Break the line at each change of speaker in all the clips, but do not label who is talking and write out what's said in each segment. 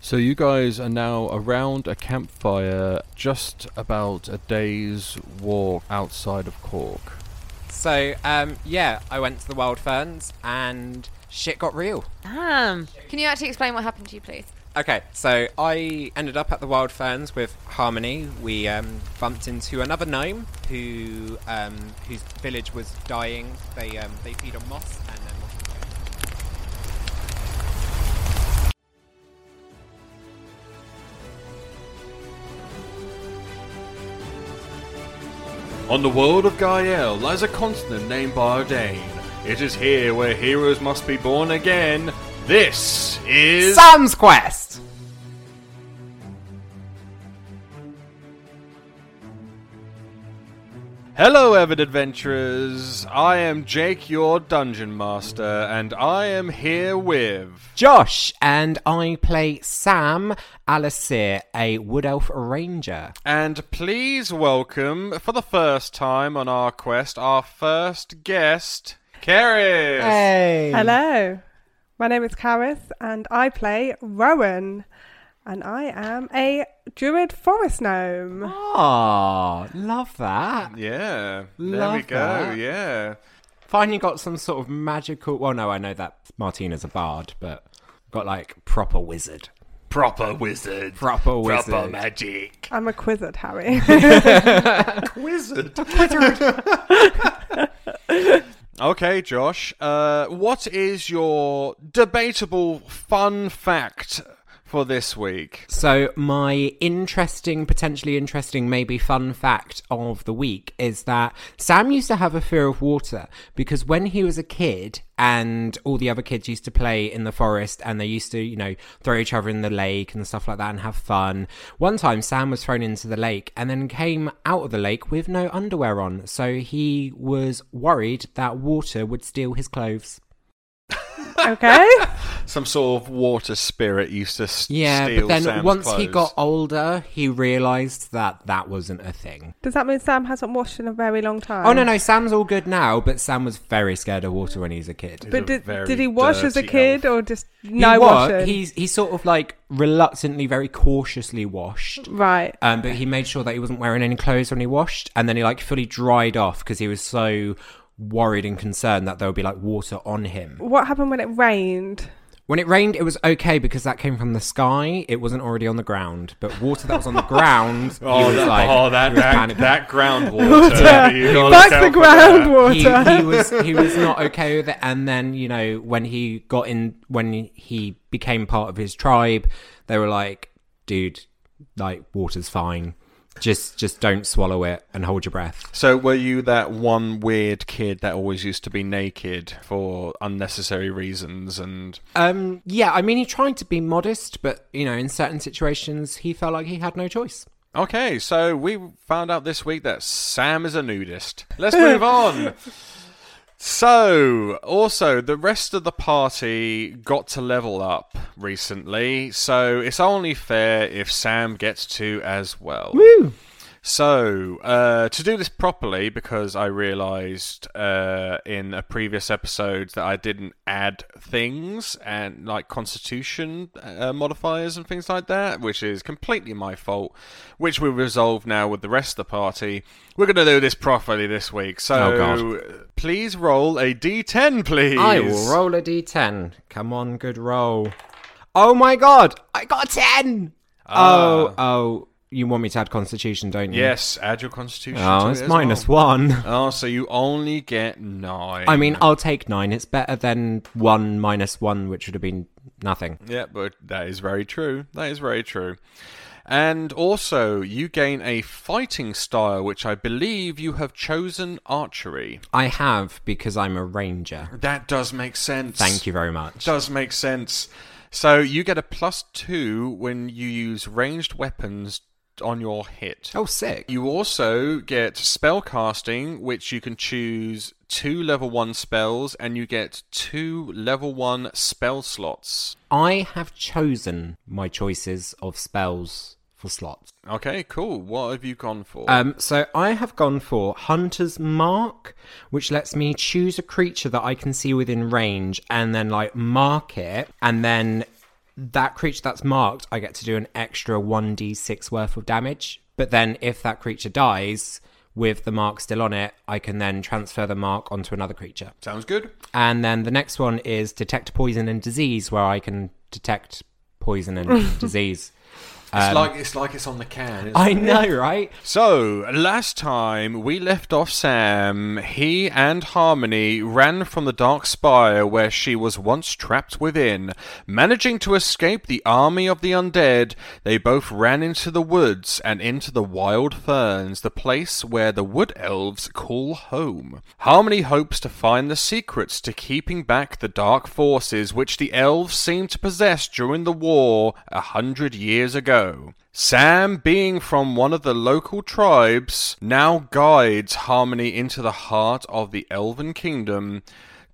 So you guys are now around a campfire just about a day's walk outside of Cork.
So, um, yeah, I went to the Wild Ferns and shit got real.
Damn. Can you actually explain what happened to you, please?
Okay, so I ended up at the Wild Ferns with Harmony. We um, bumped into another gnome who um, whose village was dying. They um, they feed on moss and then moss.
On the world of Gael lies a continent named Bardane. It is here where heroes must be born again. This is.
Sam's Quest.
Hello, avid adventurers! I am Jake, your dungeon master, and I am here with.
Josh and I play Sam Alicir, a wood elf ranger.
And please welcome, for the first time on our quest, our first guest, Karis!
Hey.
Hello, my name is Karis, and I play Rowan, and I am a druid forest gnome.
Oh, love that.
Yeah, there we
Love
go,
that.
yeah.
Finally got some sort of magical. Well, no, I know that Martina's a bard, but got like proper wizard.
Proper wizard.
Proper wizard.
magic.
I'm a quizzard, Harry.
Wizard. okay, Josh. Uh, what is your debatable fun fact for this week?
So, my interesting, potentially interesting, maybe fun fact of the week is that Sam used to have a fear of water because when he was a kid and all the other kids used to play in the forest and they used to, you know, throw each other in the lake and stuff like that and have fun. One time, Sam was thrown into the lake and then came out of the lake with no underwear on. So, he was worried that water would steal his clothes.
okay,
Some sort of water spirit used to s-
Yeah,
steal
but then
Sam's
once he
clothes.
got older, he realised that that wasn't a thing.
does that mean Sam hasn't washed in a very long time?
Oh no, no, Sam's all good now, but Sam was very scared of water when he was a kid.
He's a
But did,
very
did he wash as a
dirty
kid
elf.
or just no
he wa-
washing?
He's he sort of like reluctantly, very cautiously washed.
Right.
Um, but he made sure that he wasn't wearing any clothes when he washed, and then he like fully dried off because he was so worried and concerned that there would be like water on him.
What happened when it rained?
When it rained, it was okay because that came from the sky; it wasn't already on the ground. But water that was on the ground, he
Oh,
was
that,
like,
oh, that,
he was
that,
panicking.
that groundwater. You gotta
Back
account
the
for that.
he,
groundwater.
he was he was not okay with it and then you know when he got in when he became part of his tribe they were like dude like water's fine just just don't swallow it and hold your breath
So were you that one weird kid that always used to be naked for unnecessary reasons and
um yeah i mean he tried to be modest but you know in certain situations he felt like he had no choice
Okay, so we found out this week that Sam is a nudist. Let's move on. So, also, the rest of the party got to level up recently, so it's only fair if Sam gets to as well. Woo! So, uh, to do this properly, because I realised uh, in a previous episode that I didn't add things and like constitution uh, modifiers and things like that, which is completely my fault, which we resolve now with the rest of the party. We're going to do this properly this week. So,
Oh,
please roll a d10, please.
I will roll a d10. Come on, good roll. Oh my god, I got a 10! Oh, oh, you want me to add constitution, don't you?
Ah. Yes, add your constitution. to
Oh,
it
it's
as
minus
well.
one.
Oh, so you only get nine.
I mean, I'll take nine. It's better than one minus one, which would have been nothing.
Yeah, but that is very true. That is very true. And also, you gain a fighting style, which I believe you have chosen archery.
I have because I'm a ranger.
That does make sense.
Thank you very much.
Does make sense. So you get a plus two when you use ranged weapons on your hit.
Oh, sick.
You also get spell casting, which you can choose two level one spells, and you get two level one spell slots.
I have chosen my choices of spells for slots.
Okay, cool. What have you gone for?
Um, so I have gone for Hunter's Mark, which lets me choose a creature that I can see within range and then like mark it. And then that creature that's marked, I get to do an extra 1d6 worth of damage. But then if that creature dies with the mark still on it, I can then transfer the mark onto another creature.
Sounds good.
And then the next one is Detect Poison and Disease, where I can detect poison and disease.
It's like it's like it's on the can. Isn't
Um, I
it?
know, right?
So last time we left off, Sam, he and Harmony ran from the dark spire where she was once trapped within, managing to escape the army of the undead. They both ran into the woods and into the wild ferns, the place where the wood elves call home. Harmony hopes to find the secrets to keeping back the dark forces which the elves seemed to possess during the war a hundred years ago. Sam, being from one of the local tribes, now guides Harmony into the heart of the Elven Kingdom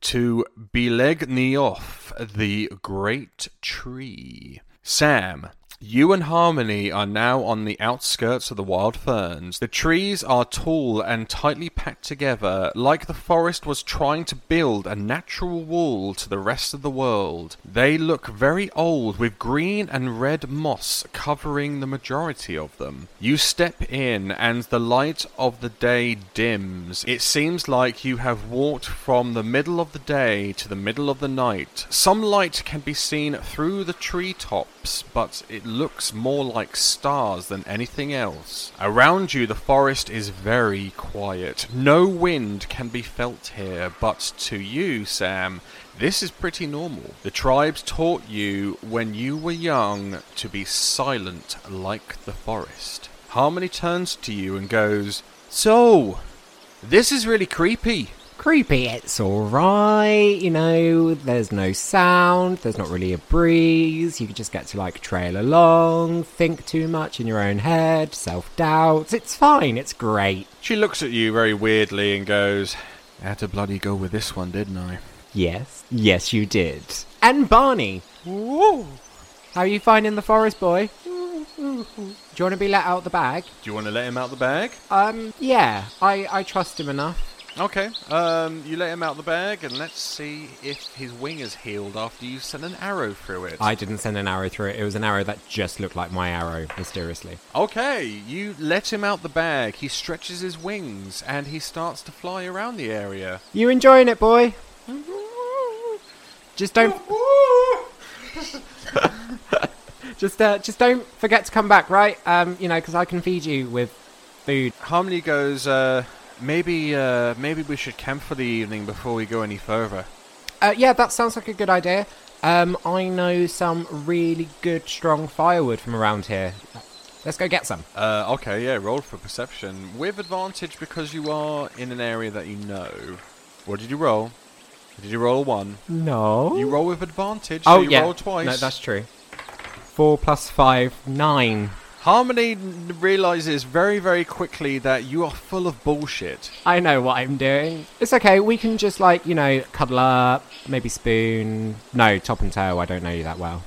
to Beleg Nioth, the Great Tree. Sam, you and Harmony are now on the outskirts of the wild ferns. The trees are tall and tightly packed together, like the forest was trying to build a natural wall to the rest of the world. They look very old, with green and red moss covering the majority of them. You step in, and the light of the day dims. It seems like you have walked from the middle of the day to the middle of the night. Some light can be seen through the treetops, but it looks more like stars than anything else. Around you, the forest is very quiet. No wind can be felt here, but to you, Sam, this is pretty normal. The tribes taught you when you were young to be silent like the forest. Harmony turns to you and goes, So, this is really creepy.
creepy. It's all right, you know. There's no sound. There's not really a breeze. You could just get to like trail along, think too much in your own head, self doubts. It's fine. It's great.
She looks at you very weirdly and goes, I had to bloody go with this one, didn't I?
Yes, yes, you did. And Barney, how are you finding the forest, boy? Do you want to be let out the bag?
Do you want to let him out the bag?
Um, yeah, I I trust him enough.
Okay, um, you let him out the bag and let's see if his wing is healed after you send an arrow through it.
I didn't send an arrow through it. It was an arrow that just looked like my arrow, mysteriously.
Okay, you let him out the bag. He stretches his wings and he starts to fly around the area.
You enjoying it, boy? Just don't Just uh, just don't forget to come back, right? Um, you know, because I can feed you with food.
Harmony goes, uh, maybe, uh, maybe we should camp for the evening before we go any further.
Uh, yeah, that sounds like a good idea. Um, I know some really good, strong firewood from around here. Let's go get some.
Uh, okay, yeah, roll for perception with advantage because you are in an area that you know. What did you roll? Did you roll a one?
No.
You roll with advantage.
oh
so you
yeah.
roll twice.
No, that's true. Four plus five, nine.
Harmony realizes very, very quickly that you are full of bullshit.
I know what I'm doing. It's okay. We can just like you know cuddle up, maybe spoon. No, top and tail. I don't know you that well.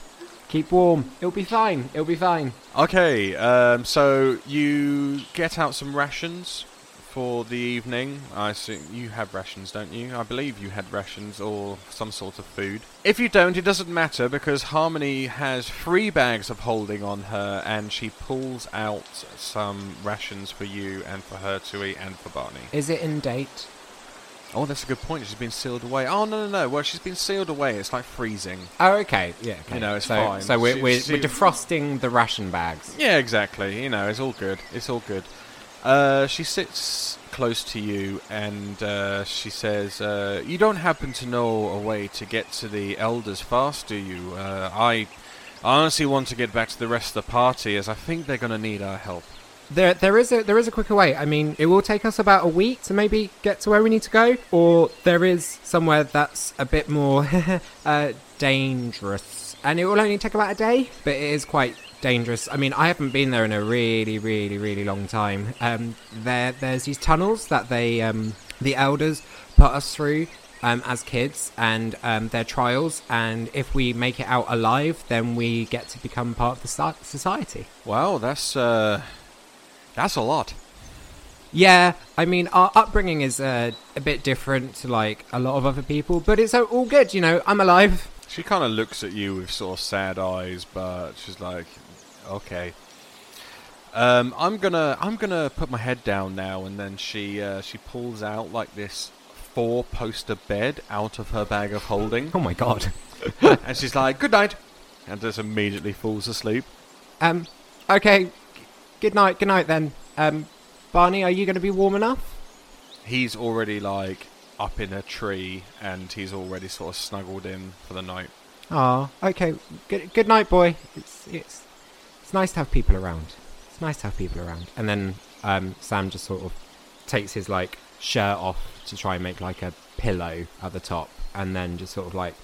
Keep warm. It'll be fine. It'll be fine.
Okay, um, so you get out some rations for the evening. I assume you have rations, don't you? I believe you had rations or some sort of food. If you don't, it doesn't matter because Harmony has three bags of holding on her and she pulls out some rations for you and for her to eat and for Barney.
Is it in date?
Oh, that's a good point. She's been sealed away. Oh, no, no, no. Well, she's been sealed away. It's like freezing.
Oh, okay. Yeah. Okay.
You know, it's
so,
fine.
So we're,
She-
we're, we're
she-
defrosting the ration bags.
Yeah, exactly. You know, it's all good. It's all good. Uh, she sits close to you and uh, she says, uh, You don't happen to know a way to get to the elders fast, do you? Uh, I honestly want to get back to the rest of the party as I think they're going to need our help.
There, there is a there is a quicker way. I mean, it will take us about a week to maybe get to where we need to go, or there is somewhere that's a bit more uh, dangerous, and it will only take about a day. But it is quite dangerous. I mean, I haven't been there in a really, really, really long time. Um, there, there's these tunnels that they um, the elders put us through. Um, as kids and um, their trials, and if we make it out alive, then we get to become part of the so- society.
Wow, that's, uh, that's a lot.
Yeah, I mean, our upbringing is uh, a bit different to like a lot of other people, but it's uh, all good, you know. I'm alive.
She kind of looks at you with sort of sad eyes, but she's like, "Okay." Um, I'm gonna I'm gonna put my head down now, and then she uh, she pulls out like this four poster bed out of her bag of holding,
Oh my god.
and she's like, "Good night," and just immediately falls asleep.
Um, okay. g- Good night. Good night then. Um, Barney, are you going to be warm enough?
He's already like up in a tree, and he's already sort of snuggled in for the night.
Ah, okay. Good. Good night, boy. It's it's it's nice to have people around. It's nice to have people around. And then um, Sam just sort of takes his like shirt off to try and make like a pillow at the top, and then just sort of like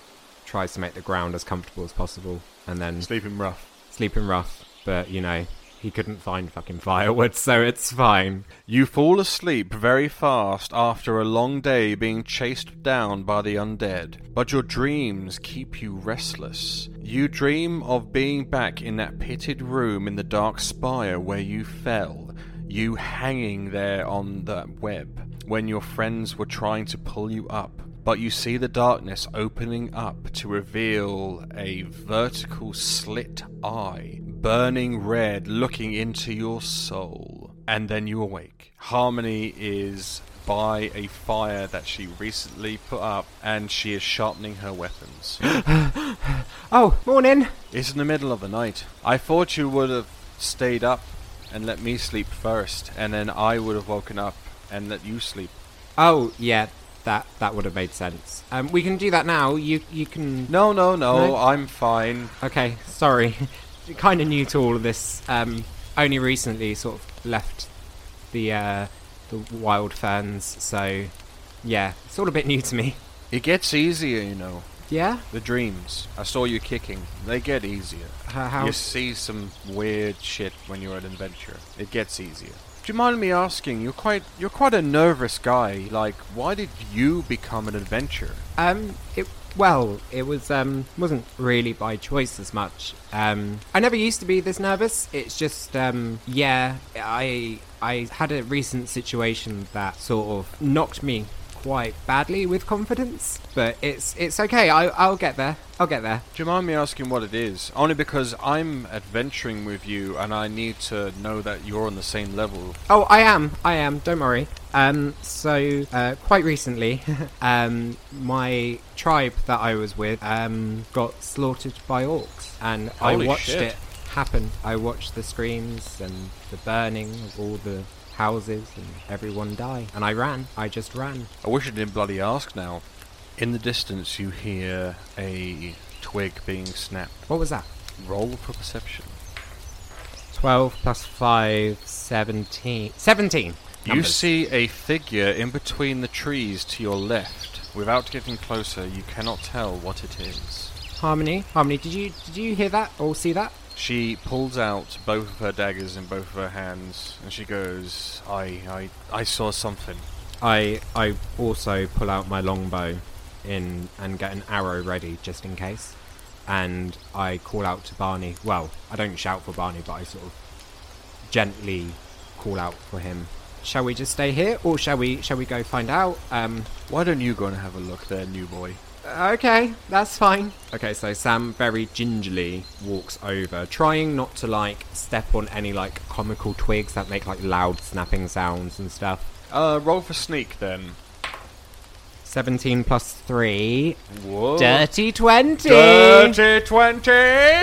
tries to make the ground as comfortable as possible, and then
Sleeping rough.
sleeping rough, but you know, he couldn't find fucking firewood, so it's fine.
You fall asleep very fast after a long day being chased down by the undead, but your dreams keep you restless. You dream of being back in that pitted room in the dark spire where you fell, you hanging there on that web, when your friends were trying to pull you up. But you see the darkness opening up to reveal a vertical slit eye, burning red, looking into your soul. And then you awake. Harmony is by a fire that she recently put up, and she is sharpening her weapons.
Oh, morning.
it's in the middle of the night. I thought you would have stayed up and let me sleep first, and then I would have woken up and let you sleep.
Oh yeah, that that would have made sense. Um, we can do that now. You you can.
No, no, no,
No.
I'm fine.
Okay, sorry. kind of new to all of this. Um, only recently sort of left the uh, the wild ferns, so yeah, it's all a bit new to me.
It gets easier, you know.
Yeah.
The dreams. I saw you kicking. They get easier.
How- how-
You see some weird shit when you're at adventure. It gets easier. Do you mind me asking? You're quite you're quite a nervous guy. Like, why did you become an adventurer? Uh,
Um, it well, it was um wasn't really by choice as much. Um, I never used to be this nervous. It's just um yeah, I I had a recent situation that sort of knocked me quite badly with confidence, but it's it's okay. I I'll get there. I'll get there.
Do you mind me asking what it is? Only because I'm adventuring with you, and I need to know that you're on the same level.
Oh, I am. I am. Don't worry. Um, so uh, quite recently, um, my tribe that I was with um, got slaughtered by orcs, and
Holy
I watched
shit.
it happen. I watched the screams and the burning of all the houses and everyone die, and I ran. I just ran.
I wish I didn't bloody ask now. In the distance, you hear a twig being snapped.
What was that?
Roll for perception.
12 plus 5, 17. 17!
You
Numbers.
see a figure in between the trees to your left. Without getting closer, you cannot tell what it is.
Harmony, Harmony, did you did you hear that or see that?
She pulls out both of her daggers in both of her hands, and she goes, "I, I, I saw something."
I I also pull out my longbow in and get an arrow ready just in case. and I call out to Barney. Well, I don't shout for Barney, but I sort of gently call out for him. Shall we just stay here, or shall we shall we go find out? Um,
Why don't you go and have a look there, new boy?
Okay, that's fine. Okay, so Sam very gingerly walks over, trying not to like step on any like comical twigs that make like loud snapping sounds and stuff.
Uh, roll for sneak then.
17 plus 3.
Whoa.
Dirty 20!
Dirty twenty.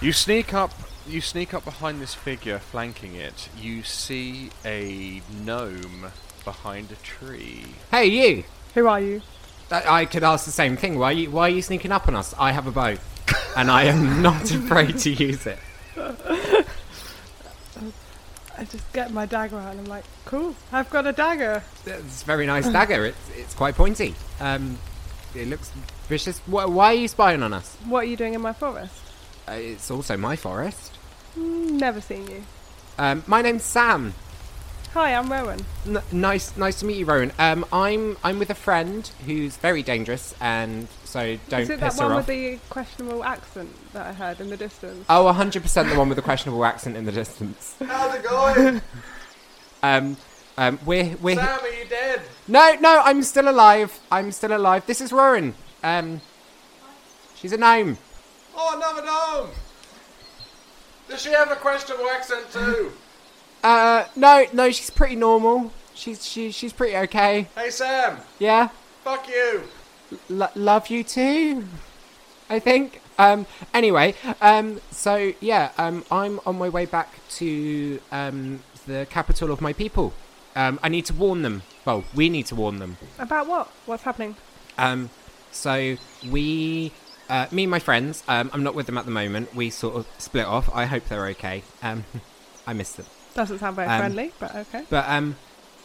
You sneak up. You sneak up behind this figure, flanking it. You see a gnome behind a tree.
Hey, you!
Who are you?
I, I could ask the same thing. Why are, you, why are you sneaking up on us? I have a bow, and I am not afraid to use it.
I just get my dagger out and I'm like, cool, I've got a dagger.
It's a very nice dagger. It's, it's quite pointy. Um, it looks vicious. Why, why are you spying on us?
What are you doing in my forest?
Uh, it's also my forest.
Mm, Never seen you.
Um, my name's Sam.
Hi, I'm Rowan.
N- nice, nice to meet you, Rowan. Um, I'm I'm with a friend who's very dangerous, and so don't
Is it that
piss
one
her
with
off.
the questionable accent that I heard in the distance?
Oh, 100% the one with the questionable accent in the distance.
How's it going?
Um, um, we're we're
are you dead?
no no. I'm still alive. I'm still alive. This is Rowan. Um, she's a gnome.
Oh, another gnome! Does she have a questionable accent too?
Uh, no no. She's pretty normal. She's she, she's pretty okay.
hey, Sam!
Yeah.
Fuck you!
L- love you too. I think. Um, anyway, um, so yeah, um, I'm on my way back to um, the capital of my people. Um, I need to warn them. Well, we need to warn them.
About what? What's happening?
Um, so we, uh, me and my friends, um, I'm not with them at the moment. We sort of split off. I hope they're okay. Um, I miss them.
Doesn't sound very
Um,
friendly, but okay.
But um,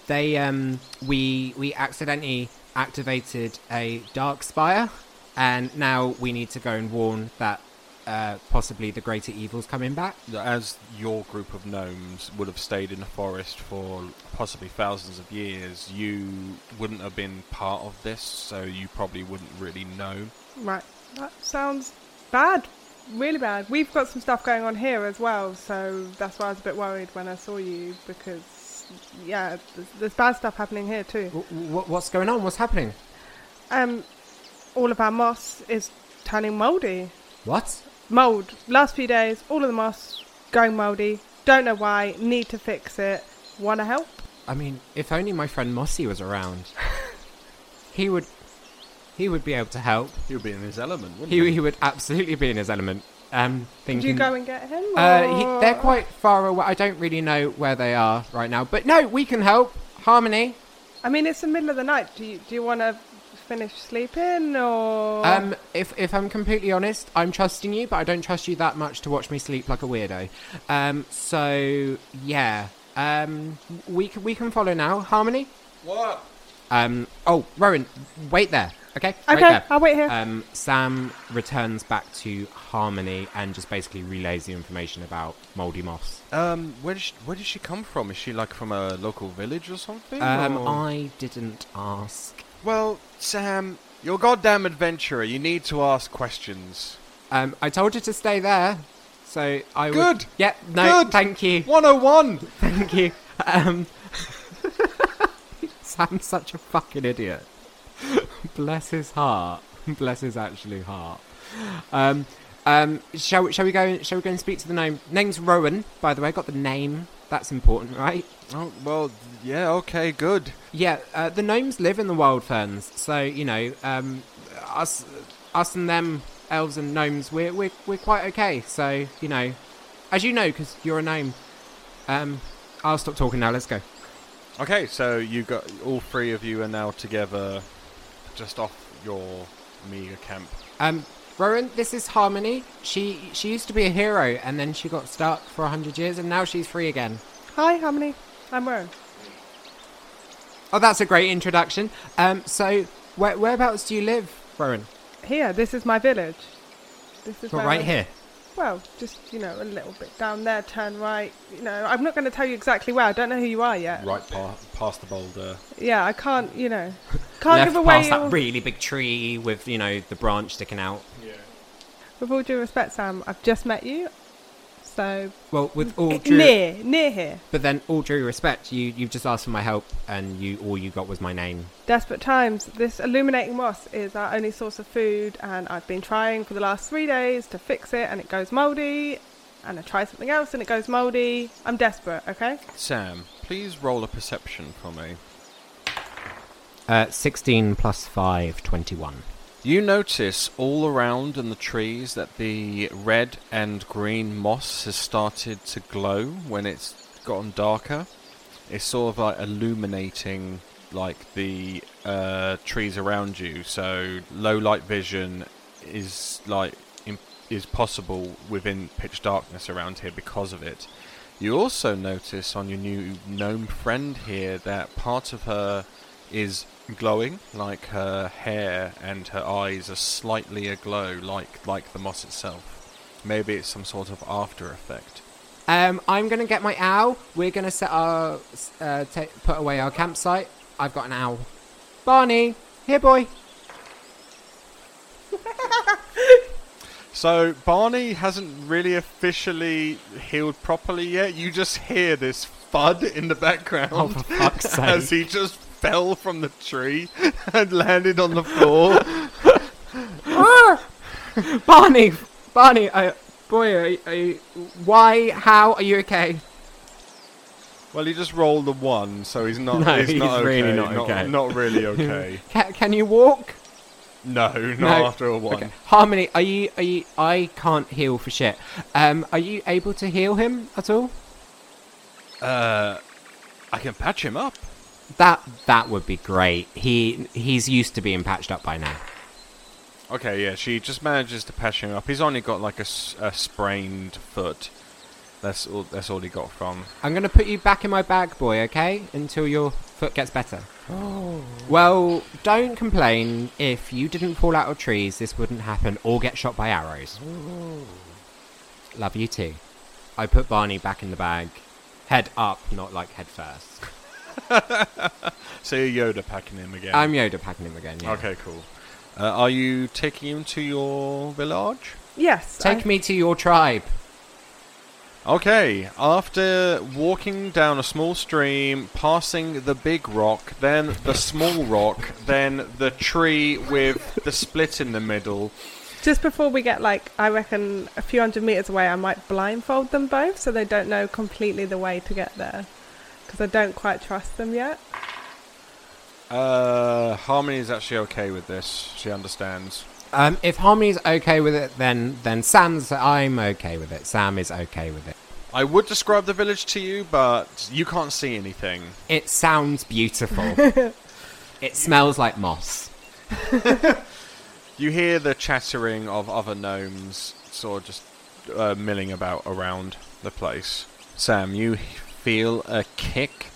they um, we we accidentally activated a dark spire, and now we need to go and warn that uh, possibly the greater evil's coming back.
As your group of gnomes would have stayed in the forest for possibly thousands of years, you wouldn't have been part of this, so you probably wouldn't really know.
Right. That sounds bad. Really bad. We've got some stuff going on here as well, so that's why I was a bit worried when I saw you because, yeah, there's, there's bad stuff happening here too.
W- w- what's going on? What's happening?
Um, all of our moss is turning mouldy.
What?
Mold. Last few days, all of the moss going mouldy. Don't know why. Need to fix it. Want to help?
I mean, if only my friend Mossy was around, he would he would be able to help.
You'd be in his element, wouldn't
He, he would absolutely be in his element. Um,
Did
thinking.
you go and get him?
Uh, he,
or-
they're quite far away. I don't really know where they are right now. But no, we can help. Harmony.
I mean, it's the middle of the night. Do you do you want to finish sleeping or?
Um, if if I'm completely honest, I'm trusting you, but I don't trust you that much to watch me sleep like a weirdo. Um, so yeah. Um, we can we can follow now. Harmony.
What?
Um. Oh, Rowan, wait there. Okay.
Okay,
Wait there.
I'll wait here.
Um, Sam returns back to Harmony and just basically relays the information about Moldy Moss.
Um, where did, she, where did she come from? Is she like from a local village or something?
Um,
or-
I didn't ask.
Well, Sam, you're a goddamn adventurer. You need to ask questions.
Um, I told you to stay there, so I would-
Good.
Yep. No.
Good.
Thank you.
101!
Thank you. Um, Sam's such a fucking idiot. Bless his heart. Bless his actually heart. Um, um, shall shall we go? Shall we go and speak to the gnome? Name's Rowan, by the way. Got the name. That's important, right?
Oh, well, yeah, okay, good.
Yeah. Uh, the gnomes live in the wild ferns, so you know, um, us, us and them, elves and gnomes, we're we're we're quite okay. So you know, as you know, because you're a gnome. Um, I'll stop talking now. Let's go.
Okay, so you got all three of you are now together, just off your mega camp.
Um, Rowan, this is Harmony. She she used to be a hero, and then she got stuck for a hundred years, and now she's free again.
Hi, Harmony. I'm Rowan.
Oh, that's a great introduction. Um, so where, whereabouts do you live, Rowan?
Here, this is my village. This is
Well,
where
right
I'm-
here.
Well, just you know, a little bit down there, turn right. You know, I'm not going to tell you exactly where. I don't know who you are yet.
Right pa- past the boulder.
Yeah, I can't. You know, can't
Left
give away.
past that
all-
really big tree with you know the branch sticking out.
with all due respect, Sam, I've just met you, so
Well, with all due,
near near here.
but then all due respect, you you've just asked for my help, and you all you got was my name.
Desperate times. This illuminating moss is our only source of food, and I've been trying for the last three days to fix it, and it goes mouldy. And I try something else, and it goes mouldy. I'm desperate. Okay.
Sam, please roll a perception for me.
Uh, Sixteen plus five, 21.
You notice all around in the trees that the red and green moss has started to glow when it's gotten darker. It's sort of like illuminating like the uh, trees around you. So low light vision is like im- is possible within pitch darkness around here because of it. You also notice on your new gnome friend here that part of her is glowing, like her hair and her eyes are slightly aglow, like like the moss itself. Maybe it's some sort of after effect.
Um, I'm gonna get my owl. We're gonna set our uh, ta put away our campsite. I've got an owl. Barney, here, boy.
So Barney hasn't really officially healed properly yet. You just hear this thud in the background
Oh, for fuck's
as he just fell from the tree and landed on the floor.
Barney, Barney, I, boy, are, you- are you, why, how are you okay?
well, he just rolled a one, so he's not.
No,
he's, not
he's really
okay.
not okay.
Not really okay.
Ca can you walk?
no, not after a one.
Okay. Harmony, are you, are you? I can't heal for shit. Um, are you able to heal him at all?
Uh, I can patch him up.
That that would be great. He he's used to being patched up by now.
Okay, yeah, she just manages to patch him up. He's only got like a, s- a sprained foot. That's all. That's all he got from.
I'm gonna put you back in my bag, boy. Okay, until your foot gets better. Well, don't complain. If you didn't fall out of trees, this wouldn't happen, or get shot by arrows. Love you too. I put Barney back in the bag, head up, not like head first.
So you're Yoda packing him again.
I'm Yoda packing him again. Yeah.
Okay, cool. Uh, are you taking him to your village?
Yes.
Take me to your tribe.
Okay, after walking down a small stream, passing the big rock, then the small rock, then the tree with the split in the middle.
Just before we get like, I reckon a few hundred meters away, I might blindfold them both so they don't know completely the way to get there, because I don't quite trust them yet.
Uh, Harmony is actually okay with this. She understands.
Um, if Harmony's okay with it, then then Sam's. I'm okay with it. Sam is okay with it.
I would describe the village to you, but you can't see anything.
It sounds beautiful. it smells like moss.
You hear the chattering of other gnomes, sort of just uh, milling about around the place. Sam, you feel a kick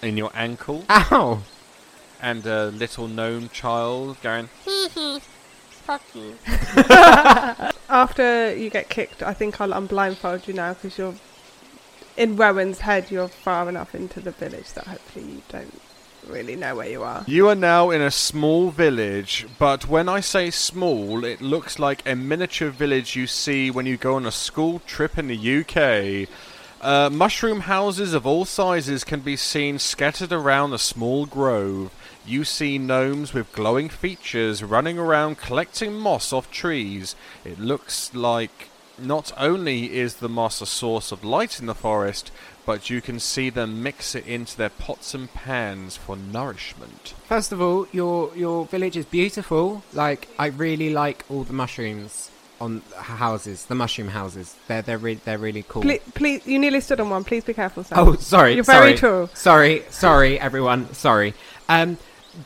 in your ankle,
Ow!
and a little gnome child going.
Fuck you.
After you get kicked, I think I'll unblindfold you now because you're in Rowan's head. You're far enough into the village that hopefully you don't really know where you are.
You are now in a small village, but when I say small, it looks like a miniature village you see when you go on a school trip in the UK. Uh, mushroom houses of all sizes can be seen scattered around a small grove. You see gnomes with glowing features running around collecting moss off trees. It looks like not only is the moss a source of light in the forest, but you can see them mix it into their pots and pans for nourishment.
First of all, your your village is beautiful. Like I really like all the mushrooms on h- houses. The mushroom houses. They're they're re- they're really cool.
Please, please, you nearly stood on one. Please be careful, Sam.
oh, sorry.
You're very
sorry.
tall.
Sorry, sorry, everyone. Sorry. Um,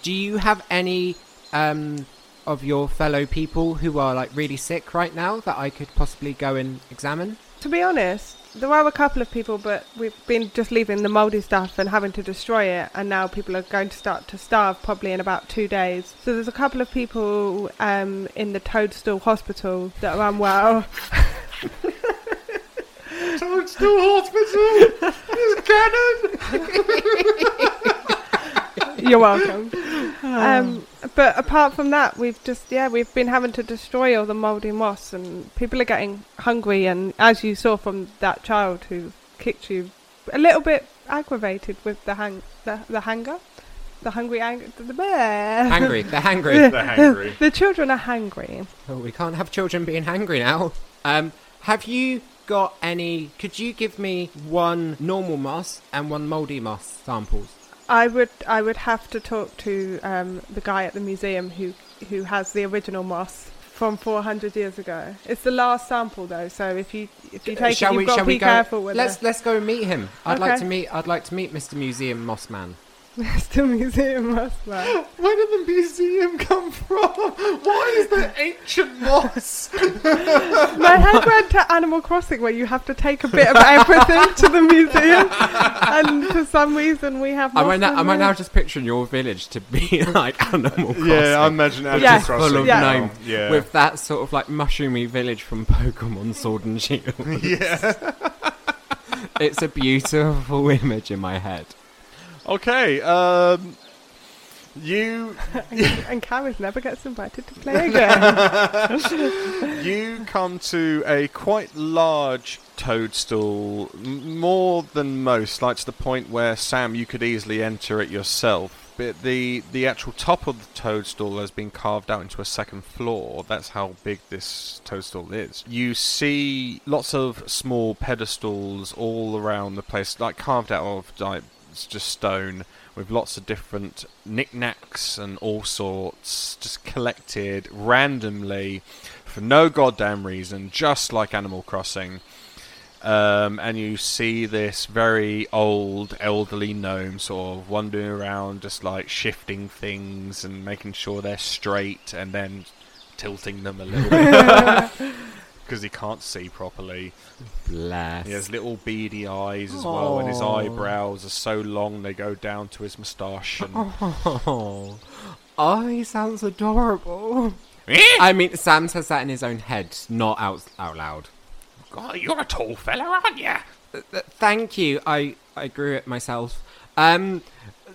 do you have any um of your fellow people who are like really sick right now that I could possibly go and examine?
To be honest, there are a couple of people, but we've been just leaving the mouldy stuff and having to destroy it, and now people are going to start to starve probably in about two days. So there's a couple of people um, in the Toadstool Hospital that are unwell.
Toadstool Hospital! It's canon!
You're welcome. Um, But apart from that, we've just yeah, we've been having to destroy all the mouldy moss, and people are getting hungry. And as you saw from that child who kicked you, a little bit aggravated with the hang the, the hanger, the hungry ang- the bear.
Hangry, they're hangry.
They're hangry.
the children are hangry.
oh, we can't have children being hangry now. Um, have you got any? Could you give me one normal moss and one mouldy moss samples?
I would I would have to talk to um, the guy at the museum who who has the original moss from 400 years ago. It's the last sample though, so if you if
Uh,
you take it, you've got to be careful with
Let's
it.
let's go and meet him. I'd like
Okay.
to meet. I'd like to meet Mr. Museum Moss Man.
It's the museum moss man.
Where did the museum come from? Why is there ancient moss?
My head went to Animal Crossing, where you have to take a bit of everything to the museum, and for some reason we have.
Am I
moss
now?
man
Am I
there.
now just picturing your village to be like Animal Crossing?
yeah, I imagine Animal
Yeah.
Crossing.
Full of
Yeah.
now.
gnome
Yeah.
with that sort of like mushroomy village from Pokemon Sword and Shield.
yeah.
it's a beautiful image in my head.
Okay, um, you
And Kara's never gets invited to play again.
you come to a quite large toadstool, m- more than most, like to the point where Sam, you could easily enter it yourself. But the the actual top of the toadstool has been carved out into a second floor. That's how big this toadstool is. You see lots of small pedestals all around the place, like carved out of like it's just stone with lots of different knickknacks and all sorts just collected randomly for no goddamn reason, just like Animal Crossing. Um, and you see this very old, elderly gnome sort of wandering around, just like shifting things and making sure they're straight and then tilting them a little bit. Because he can't see properly.
Bless.
He has little beady eyes as well, and his
Aw.
eyebrows are so long they go down to his moustache. And...
Oh, oh, he sounds adorable. I mean, Sam says that in his own head, not out out loud.
God, you're a tall fella, aren't you?
Th- th- Thank you. I I grew it myself. Um,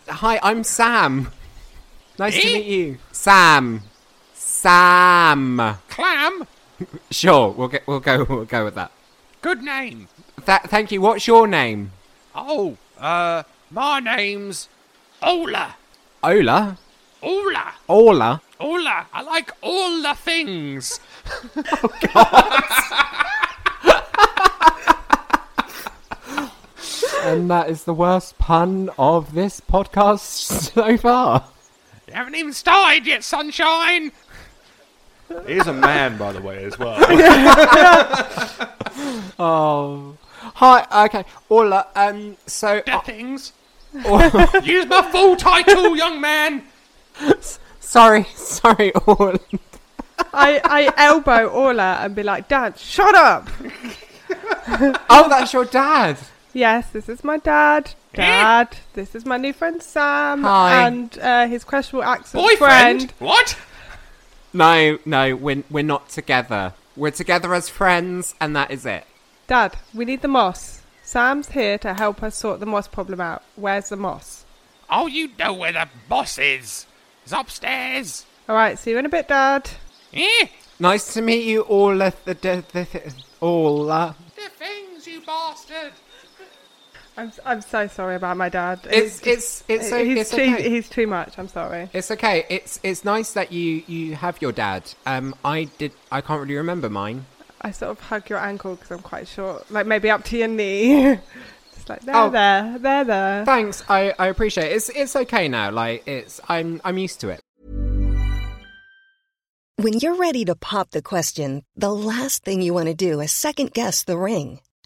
hi, I'm Sam. Nice to meet you, Sam. Sam.
Clam?
Sure, we'll get we'll go we'll go with that.
Good name.
Th- thank you. What's your name?
Oh, uh, my name's Ola.
Ola.
Ola.
Ola.
Ola. I like all the things.
And that is the worst pun of this podcast so far.
You haven't even started yet, sunshine. He is a man, by the way, as well.
Oh. Hi. Okay. Ola. Um. So.
the things. Use my full title, young man.
Sorry. Sorry. Ola.
I, I elbow Orla and be like, Dad, shut up.
Oh, that's your dad.
Yes, this is my dad. Dad, this is my new friend Sam,
Hi.
and uh, his questionable accent
Boyfriend.
friend.
What?
No. No. We're we're not together. We're together as friends, and that is it.
Dad, we need the moss. Sam's here to help us sort the moss problem out. Where's the moss?
Oh, you know where the boss is. It's upstairs.
All right, see you in a bit, Dad.
Eh?
Nice to meet you, Ola. The, the, the, the Ola.
The things, you bastard.
I'm, I'm so sorry about my dad.
It's
He's-
it's it's, o-
he's
it's
too
okay.
he's too much. I'm sorry.
It's okay. It's it's nice that you you have your dad. Um, I did. I can't really remember mine.
I sort of hug your ankle because I'm quite short, like maybe up to your knee. Just like there,
Oh.
there, there, there.
Thanks. I I appreciate it. It's it's okay now. Like it's I'm I'm used to it.
When you're ready to pop the question, the last thing you want to do is second guess the ring.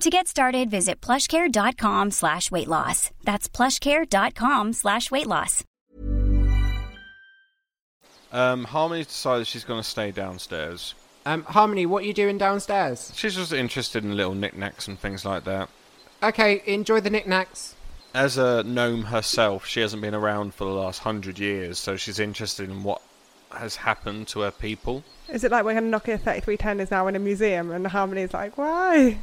To get started, visit plushcare.com slash weight loss. That's plushcare.com slash weight loss.
Um, Harmony's decided she's going to stay downstairs.
Um, Harmony, what are you doing downstairs?
She's just interested in little knickknacks and things like that.
Okay, enjoy the knickknacks.
As a gnome herself, she hasn't been around for the last hundred years, so she's interested in what has happened to her people.
Is it like when Nokia 3310 is now in a museum and Harmony's like, why?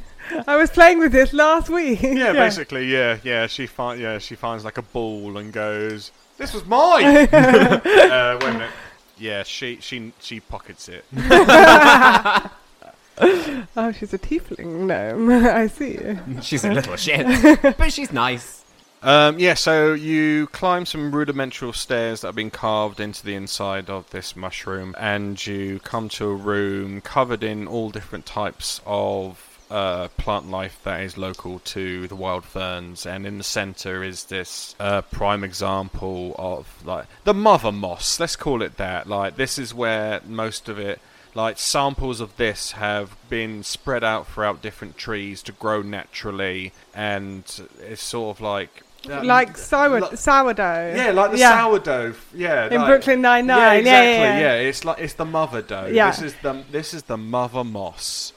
I was playing with this last week.
Yeah, basically, yeah, yeah. She find, yeah, she finds like a ball and goes, "This was mine." uh, wait a minute. Yeah, she she she pockets it.
Oh, she's a tiefling gnome. I see.
She's a little shit, but she's nice.
Um, yeah, so you climb some rudimentary stairs that have been carved into the inside of this mushroom, and you come to a room covered in all different types of uh, plant life that is local to the wild ferns. And in the center is this uh, prime example of like the mother moss. Let's call it that. Like this is where most of it like samples of this have been spread out throughout different trees to grow naturally and it's sort of like um,
Like sour- sourdough.
yeah like the
Yeah.
sourdough yeah
In
like-
Brooklyn Nine-Nine,
yeah
yeah,
exactly
yeah, yeah.
it's like it's the mother dough
Yeah.
this is the this is the mother moss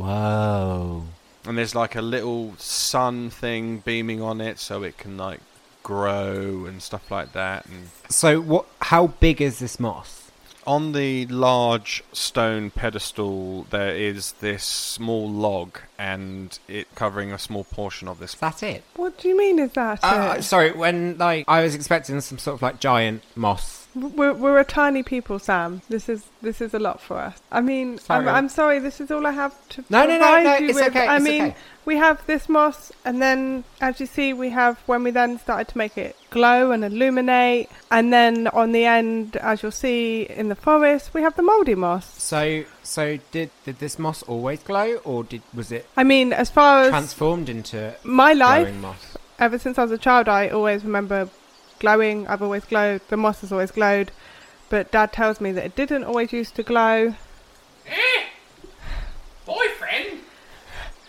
Whoa.
and there's like a little sun thing beaming on it so it can like grow and stuff like that and
So, what? How big is this moss?
on the large stone pedestal there is this small log and it covering a small portion of this
Is that it?
What do you mean is that?
Uh,
it?
sorry, when like I was expecting some sort of like giant moss.
We're, we're a tiny people, Sam. This is this is a lot for us. I mean, I'm,
Sorry.
I'm sorry. This is all I have to
No, no, no,
provide
no,
you
it's
with.
okay,
I
it's
mean,
okay.
we have this moss, and then as you see, we have when we then started to make it glow and illuminate, and then on the end, as you'll see in the forest, we have the mouldy moss.
So, so did did this moss always glow, or did was it
I mean, as far as
transformed into
my life,
glowing moss?
ever since I was a child, I always remember glowing. I've always glowed. The moss has always glowed. But Dad tells me that it didn't always used to glow. Eh? Boyfriend?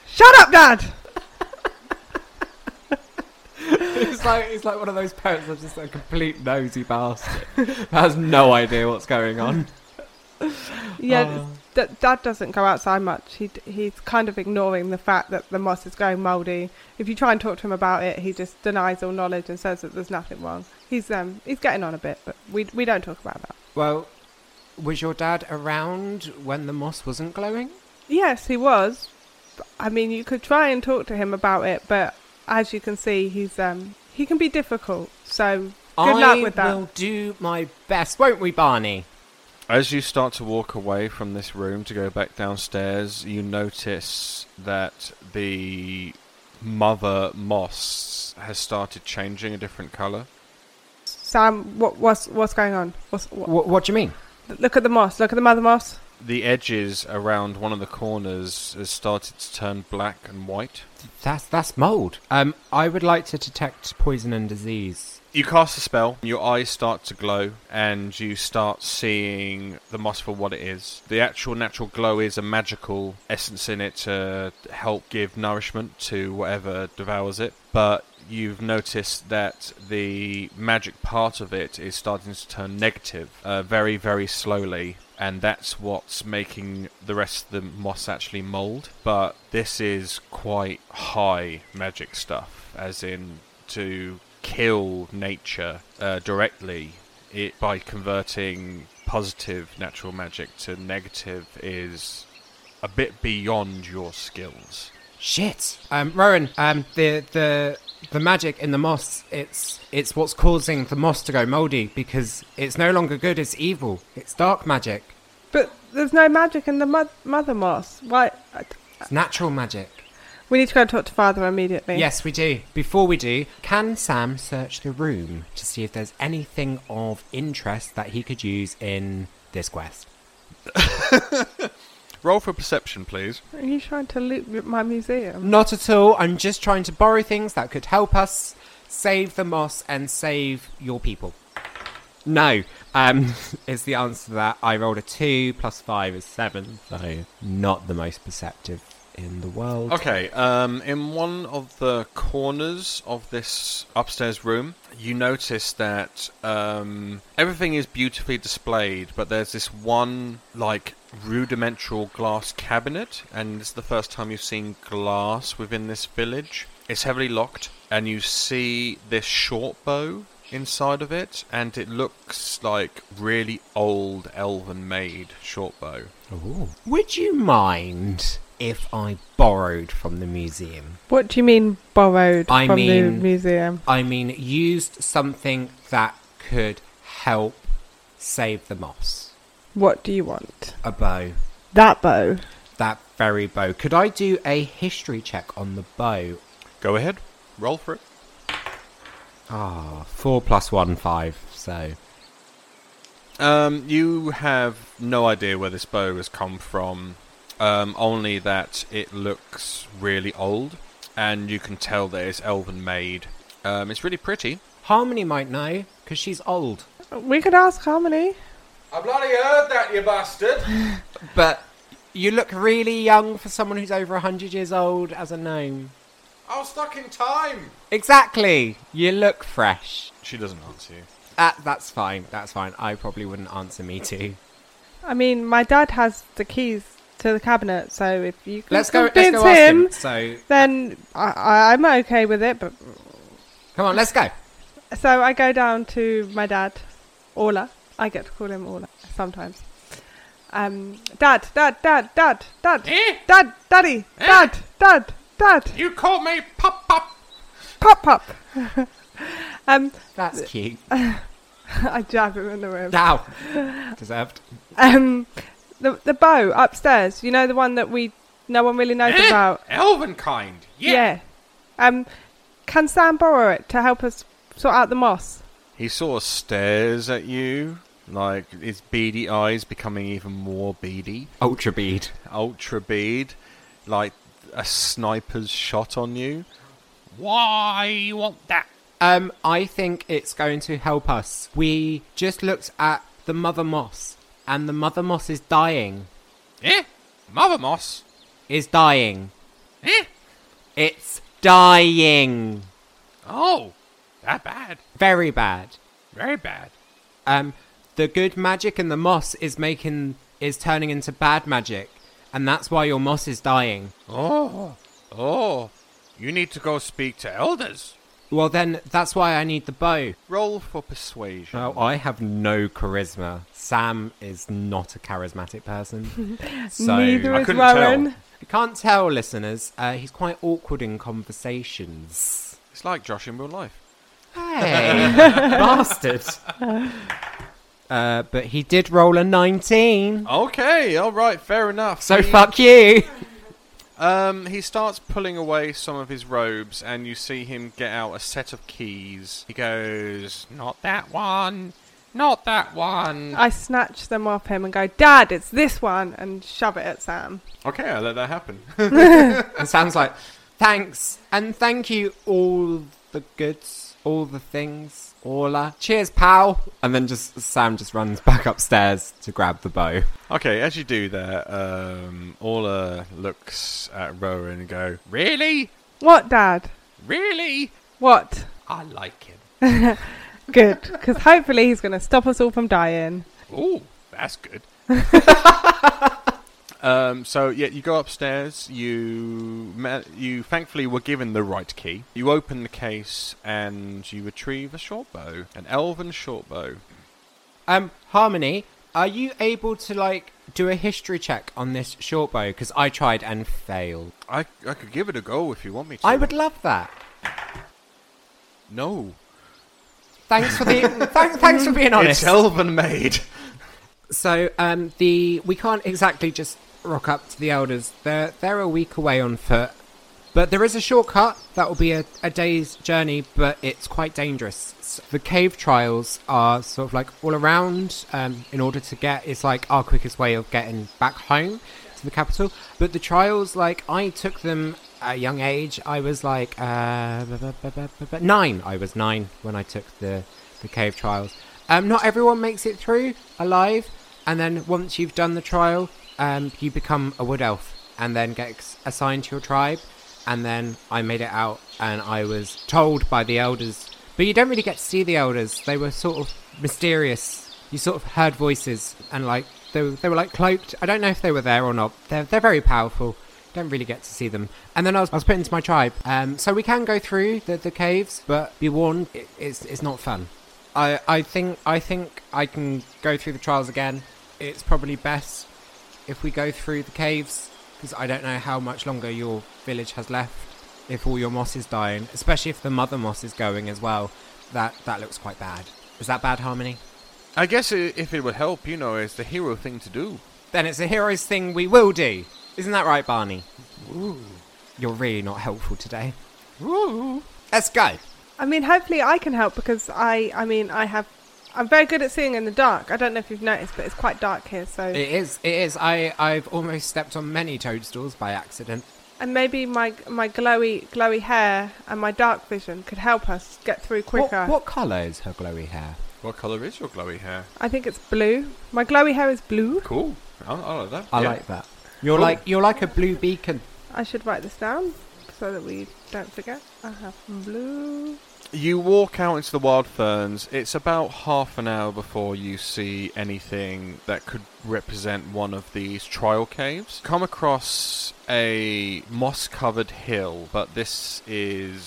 Shut up, Dad!
It's like it's like one of those parents that's just a complete nosy bastard has no idea what's going on.
Yeah, it's- Da- Dad doesn't go outside much. He d- he's kind of ignoring the fact that the moss is going mouldy. If you try and talk to him about it, he just denies all knowledge and says that there's nothing wrong. He's um he's getting on a bit, but we we don't talk about that.
Well, was your dad around when the moss wasn't glowing?
Yes, he was. I mean, you could try and talk to him about it, but as you can see, he's um he can be difficult. So good
I
luck with that.
will do my best, won't we, Barney?
As you start to walk away from this room to go back downstairs, you notice that the mother moss has started changing a different colour.
Sam, what what's what's going on? What's, what,
What, what do you mean?
Look at the moss. Look at the mother moss.
The edges around one of the corners has started to turn black and white.
That's that's mold. Um, I would like to detect poison and disease.
You cast a spell, your eyes start to glow, and you start seeing the moss for what it is. The actual natural glow is a magical essence in it to help give nourishment to whatever devours it, but you've noticed that the magic part of it is starting to turn negative uh, very, very slowly. And that's what's making the rest of the moss actually mold. But this is quite high magic stuff, as in to kill nature uh, directly it by converting positive natural magic to negative is a bit beyond your skills.
Shit. Um, Rowan. Um, the the the magic in the moss. It's it's what's causing the moss to go moldy because it's no longer good. It's evil. It's dark magic.
But there's no magic in the mo- mother moss. Why? I-
It's natural magic.
We need to go and talk to Father immediately.
Yes, we do. Before we do, can Sam search the room to see if there's anything of interest that he could use in this quest?
Roll for perception, please.
Are you trying to loot my museum?
Not at all. I'm just trying to borrow things that could help us save the moss and save your people. No, um, is the answer to that. I rolled a two plus five is seven, so not the most perceptive in the world.
Okay, um, in one of the corners of this upstairs room, you notice that um, everything is beautifully displayed, but there's this one, like, rudimental glass cabinet, and it's the first time you've seen glass within this village. It's heavily locked, and you see this short bow inside of it, and it looks like really old elven made short bow.
Would you mind if I borrowed from the museum?
What do you mean borrowed
I
from the
mean-
museum?
I mean, used something that could help save the moss.
What do you want?
A bow.
That bow.
That very bow. Could I do a history check on the bow?
Go ahead, roll for it.
Ah, four plus one, five. So
Um, you have no idea where this bow has come from. Um, only that it looks really old, and you can tell that it's elven made. Um, it's really pretty.
Harmony might know because she's old.
We could ask Harmony.
I bloody heard that, you bastard!
But you look really young for someone who's over hundred years old as a gnome.
I was stuck in time.
Exactly. You look fresh.
She doesn't answer you.
Ah, that's fine. That's fine. I probably wouldn't answer me too.
I mean, my dad has the keys to the cabinet, so if you can
Let's go. Let's
convince
go ask him.
him,
So
then I, I, I'm okay with it. But
come on, let's go.
so I go down to my dad, Orla. I get to call him Orla sometimes. Um, dad, dad, dad, dad, dad,
Eh?
dad, daddy, dad, dad, dad,
You call me pop pop.
pop, pop. um,
That's cute.
I jab him in the room.
Now, deserved.
Um, the the bow upstairs. You know the one that we no one really knows
Eh?
about.
Elven kind.
Yeah. Um, can Sam borrow it to help us sort out the moss?
He sort of stares at you, like his beady eyes becoming even more beady.
Ultra bead.
ultra bead, like a sniper's shot on you. Why you want that?
Um, I think it's going to help us. We just looked at the mother moss, and the mother moss is dying.
Eh? Mother Moss?
Is dying.
Eh?
It's dying.
Oh, that bad.
Very bad.
Very bad.
Um, the good magic in the moss is making is turning into bad magic, and that's why your moss is dying.
Oh, oh. You need to go speak to elders.
Well, then that's why I need the bow.
Roll for persuasion.
Oh, I have no charisma. Sam is not a charismatic person. so
Neither
I
is
couldn't tell.
Rowan.
You can't tell, listeners. Uh, he's quite awkward in conversations.
It's like Josh in real life.
Hey, bastard. Uh, but he did roll a 19.
Okay, all right, fair enough.
So
He-
fuck you.
Um, he starts pulling away some of his robes, and you see him get out a set of keys. He goes, "Not that one, not that one."
I snatch them off him and go, Dad, it's this one, and shove it at Sam.
Okay, I let that happen.
And Sam's like, thanks. And thank you, all the goods, all the things, all uh, Cheers, pal. And then just Sam just runs back upstairs to grab the bow.
okay, as you do that, um, Orla looks at Rowan and go, "Really,
What, Dad?
really,
What?
I like him.
Good, because hopefully he's going to stop us all from dying.
Ooh, that's good." Um, so yeah, you go upstairs. You ma- you thankfully were given the right key. You open the case and you retrieve a short bow, an elven short bow.
Um, Harmony, are you able to like do a history check on this short bow? Because I tried and failed.
I, I could give it a go if you want me to.
I would love that.
No.
Thanks for the thanks, thanks for being honest.
It's elven made.
So um, the we can't exactly just rock up to the elders. They're they're a week away on foot, but there is a shortcut that will be a, a day's journey, but it's quite dangerous. S- the cave trials are sort of like all around. Um, in order to get, it's like our quickest way of getting back home. So the capital. But the trials, like, I took them at a young age. I was like uh, bu- bu- bu- bu- bu- bu- nine. I was nine when I took the the cave trials. Um, not everyone makes it through alive, and then once you've done the trial, um, you become a wood elf, and then get ex- assigned to your tribe. And then I made it out, and I was told by the elders. But you don't really get to see the elders. They were sort of mysterious. You sort of heard voices, and like they were, they were like cloaked. I don't know if they were there or not. They're they're very powerful don't really get to see them. And then I was, I was put into my tribe. Um, so we can go through the, the caves, but be warned, it, it's, it's not fun. I, I think I think I can go through the trials again. It's probably best if we go through the caves because I don't know how much longer your village has left. If all your moss is dying, especially if the mother moss is going as well, that that looks quite bad. Is that bad, Harmony?
I guess i- if it would help, you know, it's the hero thing to do.
Then it's a hero's thing we will do. Isn't that right, Barney? You're really not helpful today. Let's go.
I mean, hopefully I can help because I, I mean, I have, I'm very good at seeing in the dark. I don't know if you've noticed, but it's quite dark here. So,
It is. It is. I I've almost stepped on many toadstools by accident.
and maybe my my glowy glowy hair and my dark vision could help us get through quicker.
What, what colour is her glowy hair?
What color is your glowy hair?
I think it's blue. My glowy hair is blue.
Cool. I, I like that.
I
Yeah.
like that. You're
Cool.
like you're like a blue beacon.
I should write this down so that we don't forget. I have blue.
You walk out into the wild ferns. It's about half an hour before you see anything that could represent one of these trial caves. Come across a moss covered hill, but this is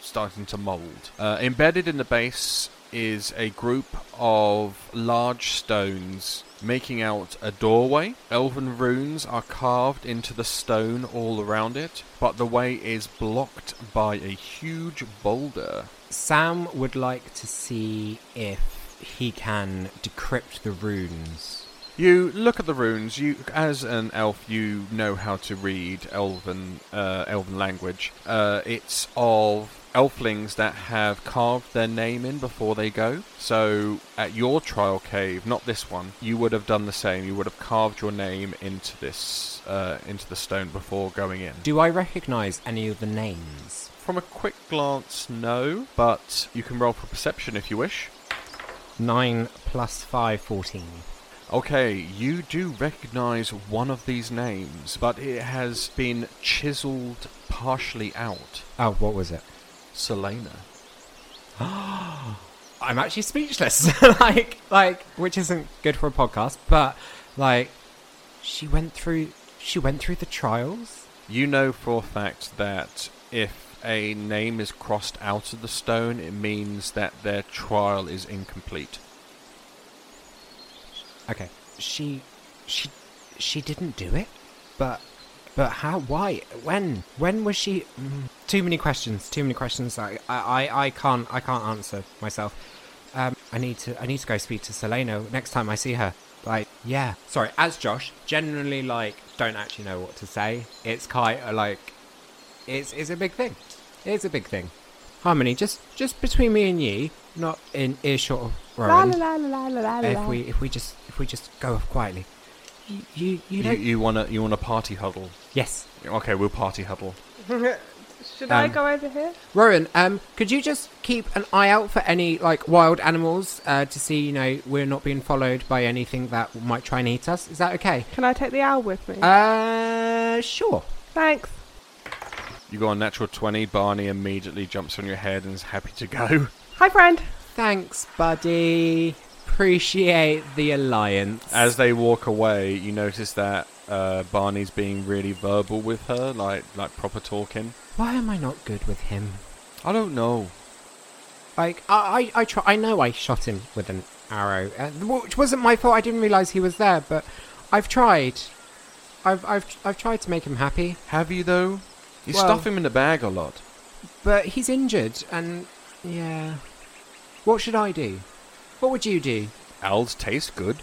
starting to mold. Uh, embedded in the base is a group of large stones making out a doorway. Elven runes are carved into the stone all around it, but the way is blocked by a huge boulder.
Sam would like to see if he can decrypt the runes.
You look at the runes. You, as an elf, you know how to read elven, uh, elven language. Uh, it's of elflings that have carved their name in before they go. So, at your trial cave, not this one, you would have done the same. You would have carved your name into this, uh, into the stone before going in.
Do I recognise any of the names?
From a quick glance, no, but you can roll for perception if you wish.
Nine plus five, fourteen.
Okay, you do recognize one of these names, but it has been chiseled partially out.
Oh, what was it?
Selena.
I'm actually speechless. like, like, which isn't good for a podcast, but like, she went through, she went through the trials.
You know for a fact that if a name is crossed out of the stone, it means that their trial is incomplete.
Okay, she, she, she didn't do it, but, but how? Why? When? When was she? Mm, too many questions. Too many questions. I, I, I- I can't, I can't answer myself. Um, I need to, I need to go speak to Selena next time I see her. Like, yeah. Sorry, as Josh, generally like don't actually know what to say. It's quite uh, like It's is a big thing. It's a big thing. Harmony, just just between me and you, not in earshot of
La
Rowan.
la la la la la la.
if we if we just if we just go off quietly, you you, you
You,
don't.
you wanna you wanna party huddle?
yes,
Okay, we'll party huddle.
la. should I
Um,
go over here?
Rowan. Um, could you just keep an eye out for any like wild animals uh, to see you know we're not being followed by anything that might try and eat us? Is that okay?
Can I take the owl with me?
Uh, sure.
Thanks.
You go on natural twenty. Barney immediately jumps on your head and is happy to go.
Hi, friend.
Thanks, buddy. Appreciate the alliance.
As they walk away, you notice that uh, Barney's being really verbal with her, like like proper talking.
Why am I not good with him?
I don't know.
Like I, I, I try. I know I shot him with an arrow, uh, which wasn't my fault. I didn't realize he was there, but I've tried. I've, I've, I've tried to make him happy,
Have you though? You
Well-
stuff him in the bag a lot.
but he's injured, and yeah. What should I do? What would you do?
Owls taste good.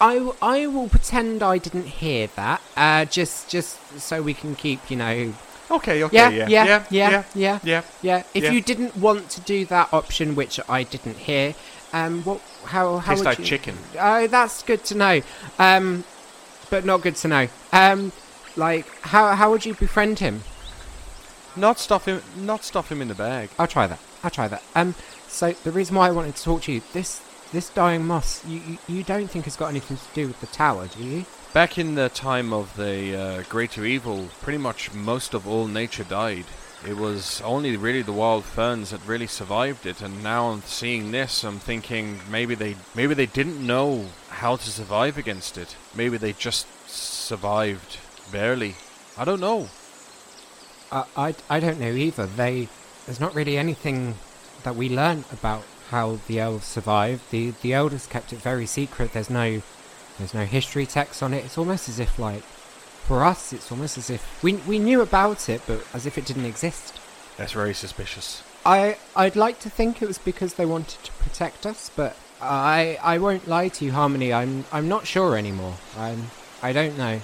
I, w- I will pretend I didn't hear that. Uh, just, just so we can keep, you know.
Okay, okay,
Yeah,
yeah,
yeah, yeah, yeah, yeah,
yeah.
If
yeah.
you didn't want to do that option, which I didn't hear, um, what, how, how
Tastes
would
like
you-
chicken.
Oh, that's good to know. Um, but not good to know. Um, like, how how would you befriend him?
Not stuff him. Not stuff him in the bag.
I'll try that. I'll try that. Um, so the reason why I wanted to talk to you this this dying moss, you you, you don't think has got anything to do with the tower, do you?
Back in the time of the uh, Greater Evil, pretty much most of all nature died. It was only really the wild ferns that really survived it, and now I'm seeing this, I'm thinking maybe they maybe they didn't know how to survive against it. Maybe they just survived barely. I don't know.
I I, I don't know either. They there's not really anything that we learn about how the elves survived. The the elders kept it very secret. There's no there's no history text on it. It's almost as if like for us, it's almost as if we we knew about it, but as if it didn't exist.
That's very suspicious.
I I'd like to think it was because they wanted to protect us, but I I won't lie to you, Harmony. I'm I'm not sure anymore. I'm I don't know.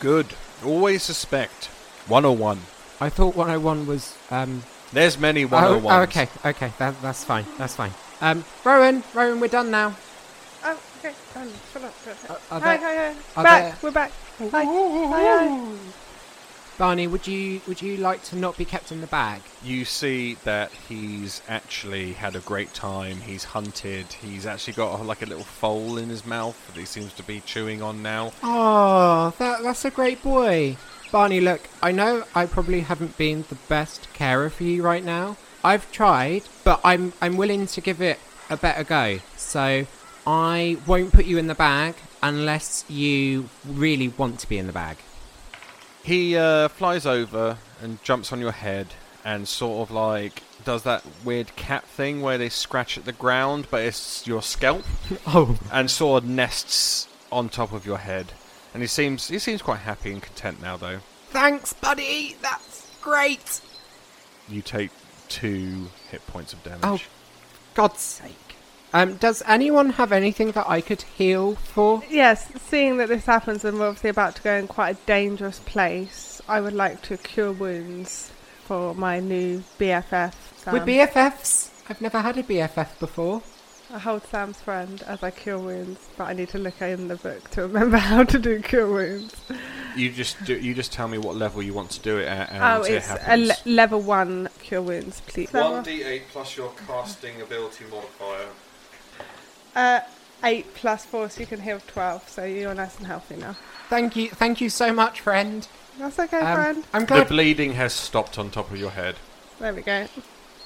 Good. Always suspect. 101.
I thought 101 was um
There's many
Oh,
101s.
oh, okay, okay, that, that's fine, that's fine. Um, Rowan, Rowan, we're done now.
Oh, okay. Um, shut up. Shut up.
Uh, Are- are
hi,
there-
hi, hi.
are
Back.
there- Oh,
We're back. Hi. hi, hi.
Barney, would you would you like to not be kept in the bag?
You see that he's actually had a great time. He's hunted. He's actually got like a little foal in his mouth that he seems to be chewing on now.
Oh, that, that's a great boy. Barney, look, I know I probably haven't been the best carer for you right now. I've tried, but I'm I'm willing to give it a better go. So I won't put you in the bag unless you really want to be in the bag.
He uh, flies over and jumps on your head and sort of like does that weird cat thing where they scratch at the ground, but it's your scalp,
Oh,
and sort of nests on top of your head. And he seems he seems quite happy and content now, though.
thanks, buddy. That's great.
You take two hit points of damage.
Oh, God's sake. Um, does anyone have anything that I could heal for?
Yes, seeing that this happens and we're obviously about to go in quite a dangerous place, I would like to cure wounds for my new BFF. Sam.
With BFFs? I've never had a BFF before.
I hold Sam's friend as I cure wounds, but I need to look in the book to remember how to do cure wounds.
You just do, you just tell me what level you want to do it at, and
oh,
it
it's a
happens.
le- level one cure wounds, please.
One d eight plus your casting ability modifier.
uh, eight plus four, so you can heal twelve. So you're nice and healthy now.
Thank you, thank you so much, friend.
That's okay,
Um,
friend.
I'm
The
glad.
bleeding has stopped on top of your head.
There we go.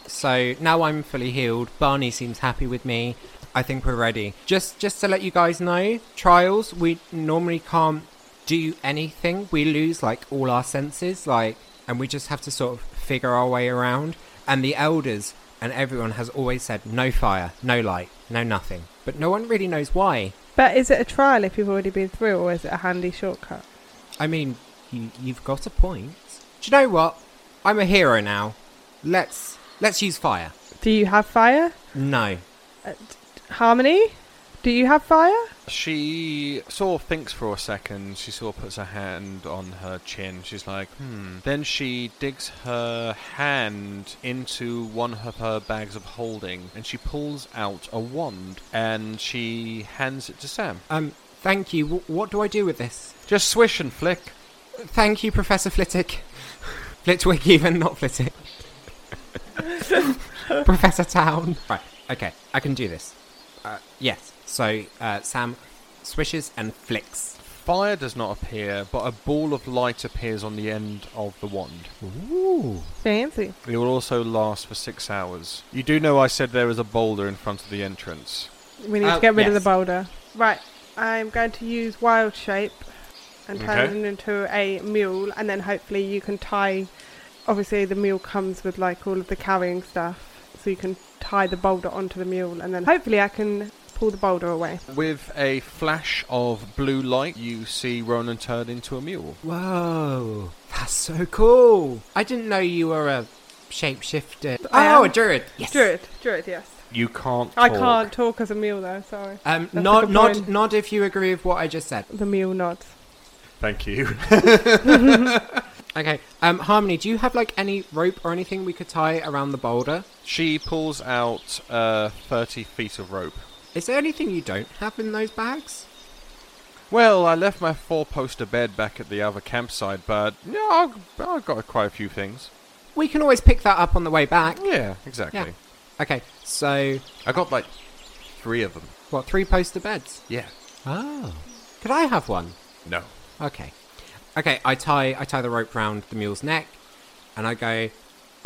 so now I'm fully healed. Barney seems happy with me. I think we're ready. Just, just to let you guys know, trials we normally can't do anything. We lose like all our senses, like, and we just have to sort of figure our way around. And the elders and everyone has always said no fire, no light, no nothing. But no one really knows why.
But is it a trial if you've already been through, or is it a handy shortcut?
I mean, you, you've got a point. Do you know what? I'm a hero now. Let's let's use fire.
Do you have fire?
No.
Uh, d- Harmony, do you have fire?
She sort of thinks for a second. She sort of puts her hand on her chin. She's like, hmm. Then she digs her hand into one of her bags of holding, and she pulls out a wand, and she hands it to Sam.
Um. Thank you. W- what do I do with this?
Just swish and flick.
Thank you, Professor Flitwick. Flitwick, even not Flitwick. Professor Town. Right. Okay. I can do this. Uh, yes. So uh, Sam swishes and flicks.
Fire does not appear, but a ball of light appears on the end of the wand.
Ooh.
Fancy.
It will also last for six hours. You do know I said there is a boulder in front of the entrance.
We need
Oh,
to get rid of the
yes.
boulder. Right, I'm going to use wild shape and turn
Okay.
it into a mule, and then hopefully you can tie. Obviously, the mule comes with like all of the carrying stuff, so you can tie the boulder onto the mule, and then hopefully I can pull the boulder away.
With a flash of blue light, you see Ronan turn into a mule.
Whoa. That's so cool. I didn't know you were a shapeshifter.
I
oh,
am.
a druid. Yes.
Druid, druid, yes.
You can't.
I
talk.
can't talk as a mule though. Sorry.
Um,
That's a
nod,
good
nod,
point.
nod if you agree with what I just said.
The mule nods.
Thank you.
Okay. Um, Harmony, do you have like any rope or anything we could tie around the boulder?
she pulls out uh, 30 feet of rope.
Is there anything you don't have in those bags?
Well, I left my four poster bed back at the other campsite, but yeah, I've, I've got quite a few things.
We can always pick that up on the way back.
Yeah, exactly.
Yeah. Okay, so
I got like three of them.
what, three poster beds?
Yeah.
Oh. Could I have one?
No.
Okay. Okay, I tie I tie the rope round the mule's neck and I go,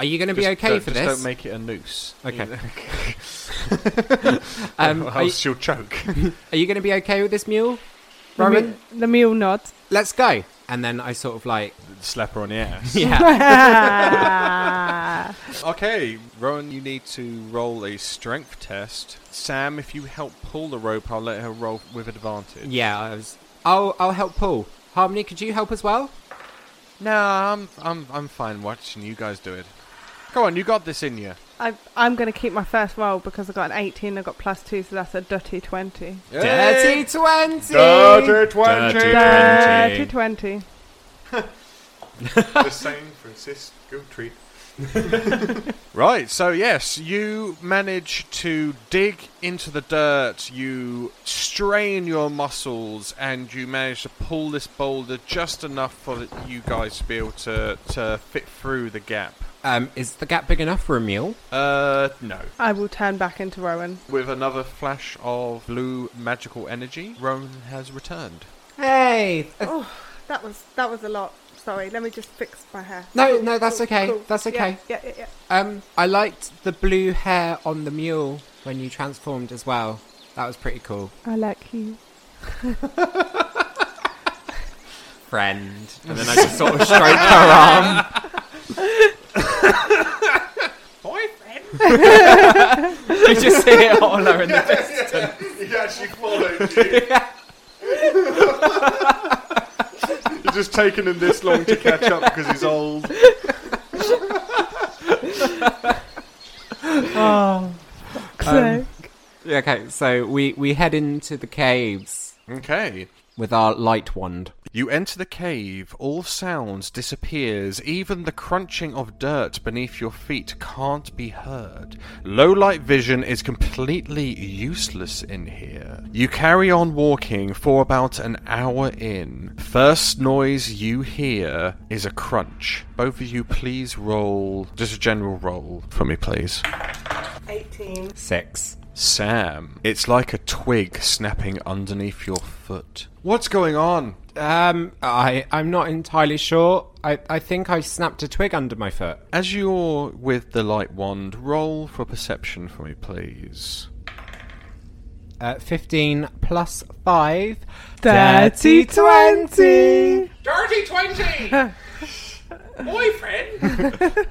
Are you gonna be
Just
okay
don't-
for
just
this?
Don't make it a noose.
Okay.
um,
Um,
else
are you-
she'll choke.
Are you gonna be okay with this mule?
The,
Rowan?
mu- the mule nods.
Let's go. And then I sort of like
Slap her on the ass.
Yeah.
okay, Rowan, you need to roll a strength test. Sam, if you help pull the rope, I'll let her roll with advantage.
yeah, I was I'll I'll help Paul. Harmony, could you help as well?
No, I'm I'm I'm fine watching you guys do it. Go on, you got this in you.
I, I'm going to keep my first roll because I got an 18. I got plus two, so that's a dirty 20.
Dirty twenty
Dirty
Dirty
20.
20.
the San Francisco treat. right, so yes, you manage to dig into the dirt, you strain your muscles, and you manage to pull this boulder just enough for that you guys to be able to, to fit through the gap.
Um, is the gap big enough for a mule?
Uh, no.
I will turn back into Rowan.
With another flash of blue magical energy, Rowan has returned.
Hey, uh,
Oh, that was that was a lot. Sorry, let me just fix my hair.
No, no, that's okay, that's
Yeah,
okay.
Yeah, yeah, yeah.
um, I liked the blue hair on the mule when you transformed as well. That was pretty cool,
I like you.
friend. And then I just sort of stroked her arm.
Boyfriend!
You just see it on her in the distance.
He actually followed you. it's just taken him this long to catch up because he's old.
So,
Okay, so we we head into the caves
Okay.
with our light wand.
You enter the cave, all sounds disappears, even the crunching of dirt beneath your feet can't be heard. Low light vision is completely useless in here. You carry on walking for about an hour in. First noise you hear is a crunch. Both of you please roll just a general roll for me please.
18.
Six.
Sam, it's like a twig snapping underneath your foot. What's going on?
Um, I I'm not entirely sure. I I think I snapped a twig under my foot.
As you're with the light wand, roll for perception for me, please.
Uh, Fifteen plus five.
Dirty 20.
Dirty twenty. Boyfriend.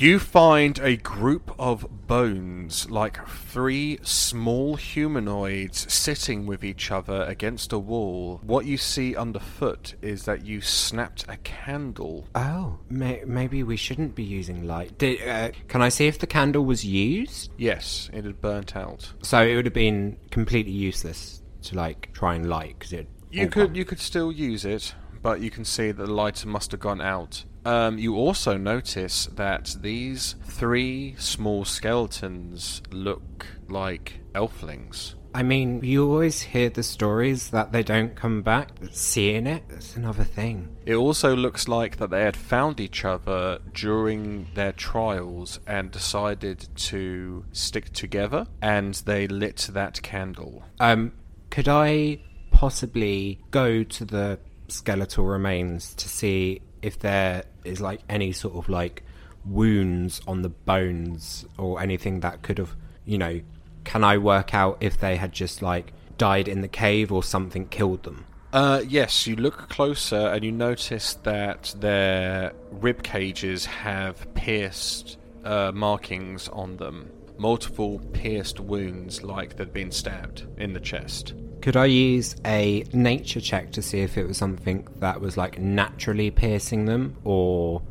You find a group of bones, like three small humanoids sitting with each other against a wall. What you see underfoot is that you snapped a candle.
Oh, may- maybe we shouldn't be using light. Did, uh, can I see if the candle was used?
Yes, it had burnt out.
So it would have been completely useless to like try and light because it.
You could you could still use it, but you can see that the lighter must have gone out. Um, you also notice that these three small skeletons look like elflings.
I mean, you always hear the stories that they don't come back. Seeing it, it's another thing.
It also looks like that they had found each other during their trials and decided to stick together, and they lit that candle.
Um, could I possibly go to the skeletal remains to see if there is like any sort of like wounds on the bones or anything that could have, you know, can I work out if they had just like died in the cave or something killed them?
Uh, yes, you look closer and you notice that their rib cages have pierced uh, markings on them. Multiple pierced wounds, like they'd been stabbed in the chest.
Could I use a nature check to see if it was something that was like naturally piercing them or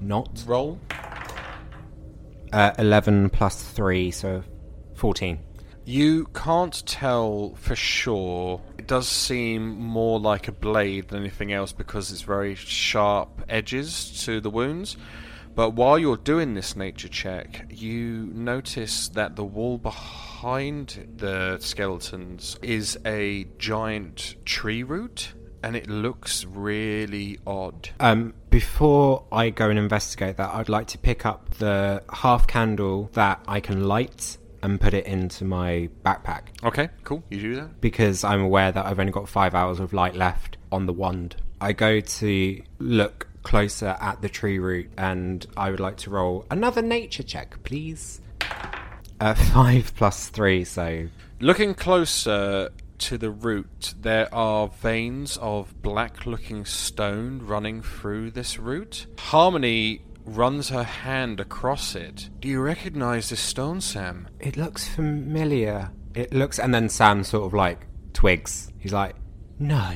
not?
Roll.
Uh, 11 plus 3, so 14.
You can't tell for sure. It does seem more like a blade than anything else because it's very sharp edges to the wounds. But while you're doing this nature check, you notice that the wall behind the skeletons is a giant tree root, and it looks really odd.
Um, before I go and investigate that, I'd like to pick up the half candle that I can light and put it into my backpack
Okay, cool. You do that.
because I'm aware that I've only got five hours of light left on the wand. I go to look closer at the tree root and I would like to roll another nature check, please. Uh, five plus three, so
Looking closer to the root, there are veins of black looking stone running through this root. Harmony runs her hand across it. Do you recognize this stone, Sam?
It looks familiar. It looks, and then Sam sort of like twigs. He's like, no,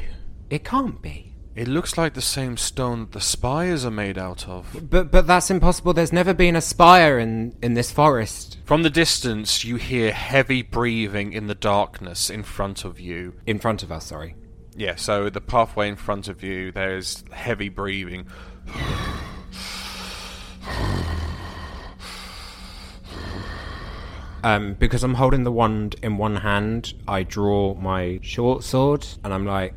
it can't be.
It looks like the same stone that the spires are made out of.
But but that's impossible. There's never been a spire in in this forest.
From the distance, you hear heavy breathing in the darkness in front of you.
In front of us, sorry.
Yeah, so the pathway in front of you, there's heavy breathing.
Um, because I'm holding the wand in one hand, I draw my short sword, and I'm like,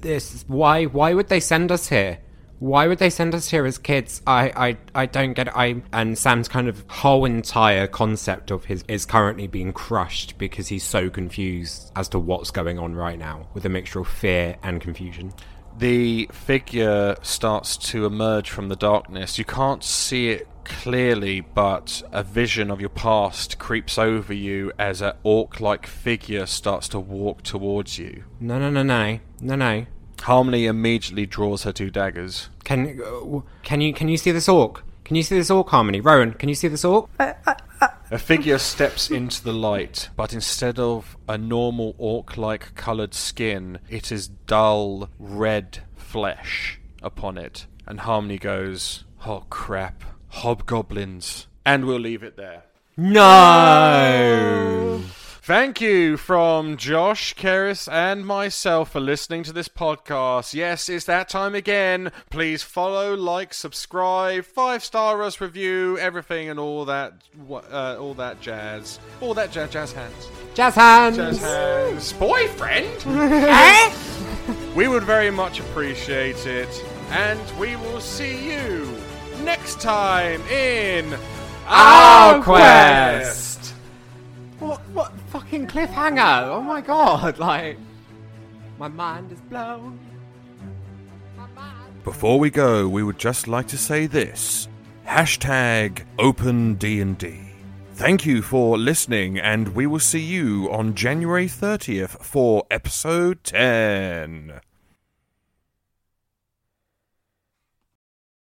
this. is- Why why would they send us here? Why would they send us here as kids? I I, I don't get it. I and Sam's kind of whole entire concept of his is currently being crushed because he's so confused as to what's going on right now with a mixture of fear and confusion.
the figure starts to emerge from the darkness. You can't see it clearly, but a vision of your past creeps over you as an orc like figure starts to walk towards you.
No no no no no no.
Harmony immediately draws her two daggers.
Can uh, w- can you can you see this orc? Can you see this orc, Harmony? Rowan, can you see this orc?
A figure steps into the light, but instead of a normal orc like coloured skin, it is dull red flesh upon it. And Harmony goes, Oh crap, hobgoblins. And we'll leave it there.
No.
Thank you from Josh, Keris, and myself for listening to this podcast. Yes, it's that time again. Please follow, like, subscribe, five star us, review, everything, and all that, wha- uh, all that jazz, all that jazz, jazz hands,
Jazz hands.
jazz hands, boyfriend.
Eh?
we would very much appreciate it, and we will see you next time in
Our quest. What what fucking cliffhanger? Oh my god! Like my mind is blown.
Before we go, we would just like to say this. Hashtag open D&D. Thank you for listening, and we will see you on January 30th for episode 10.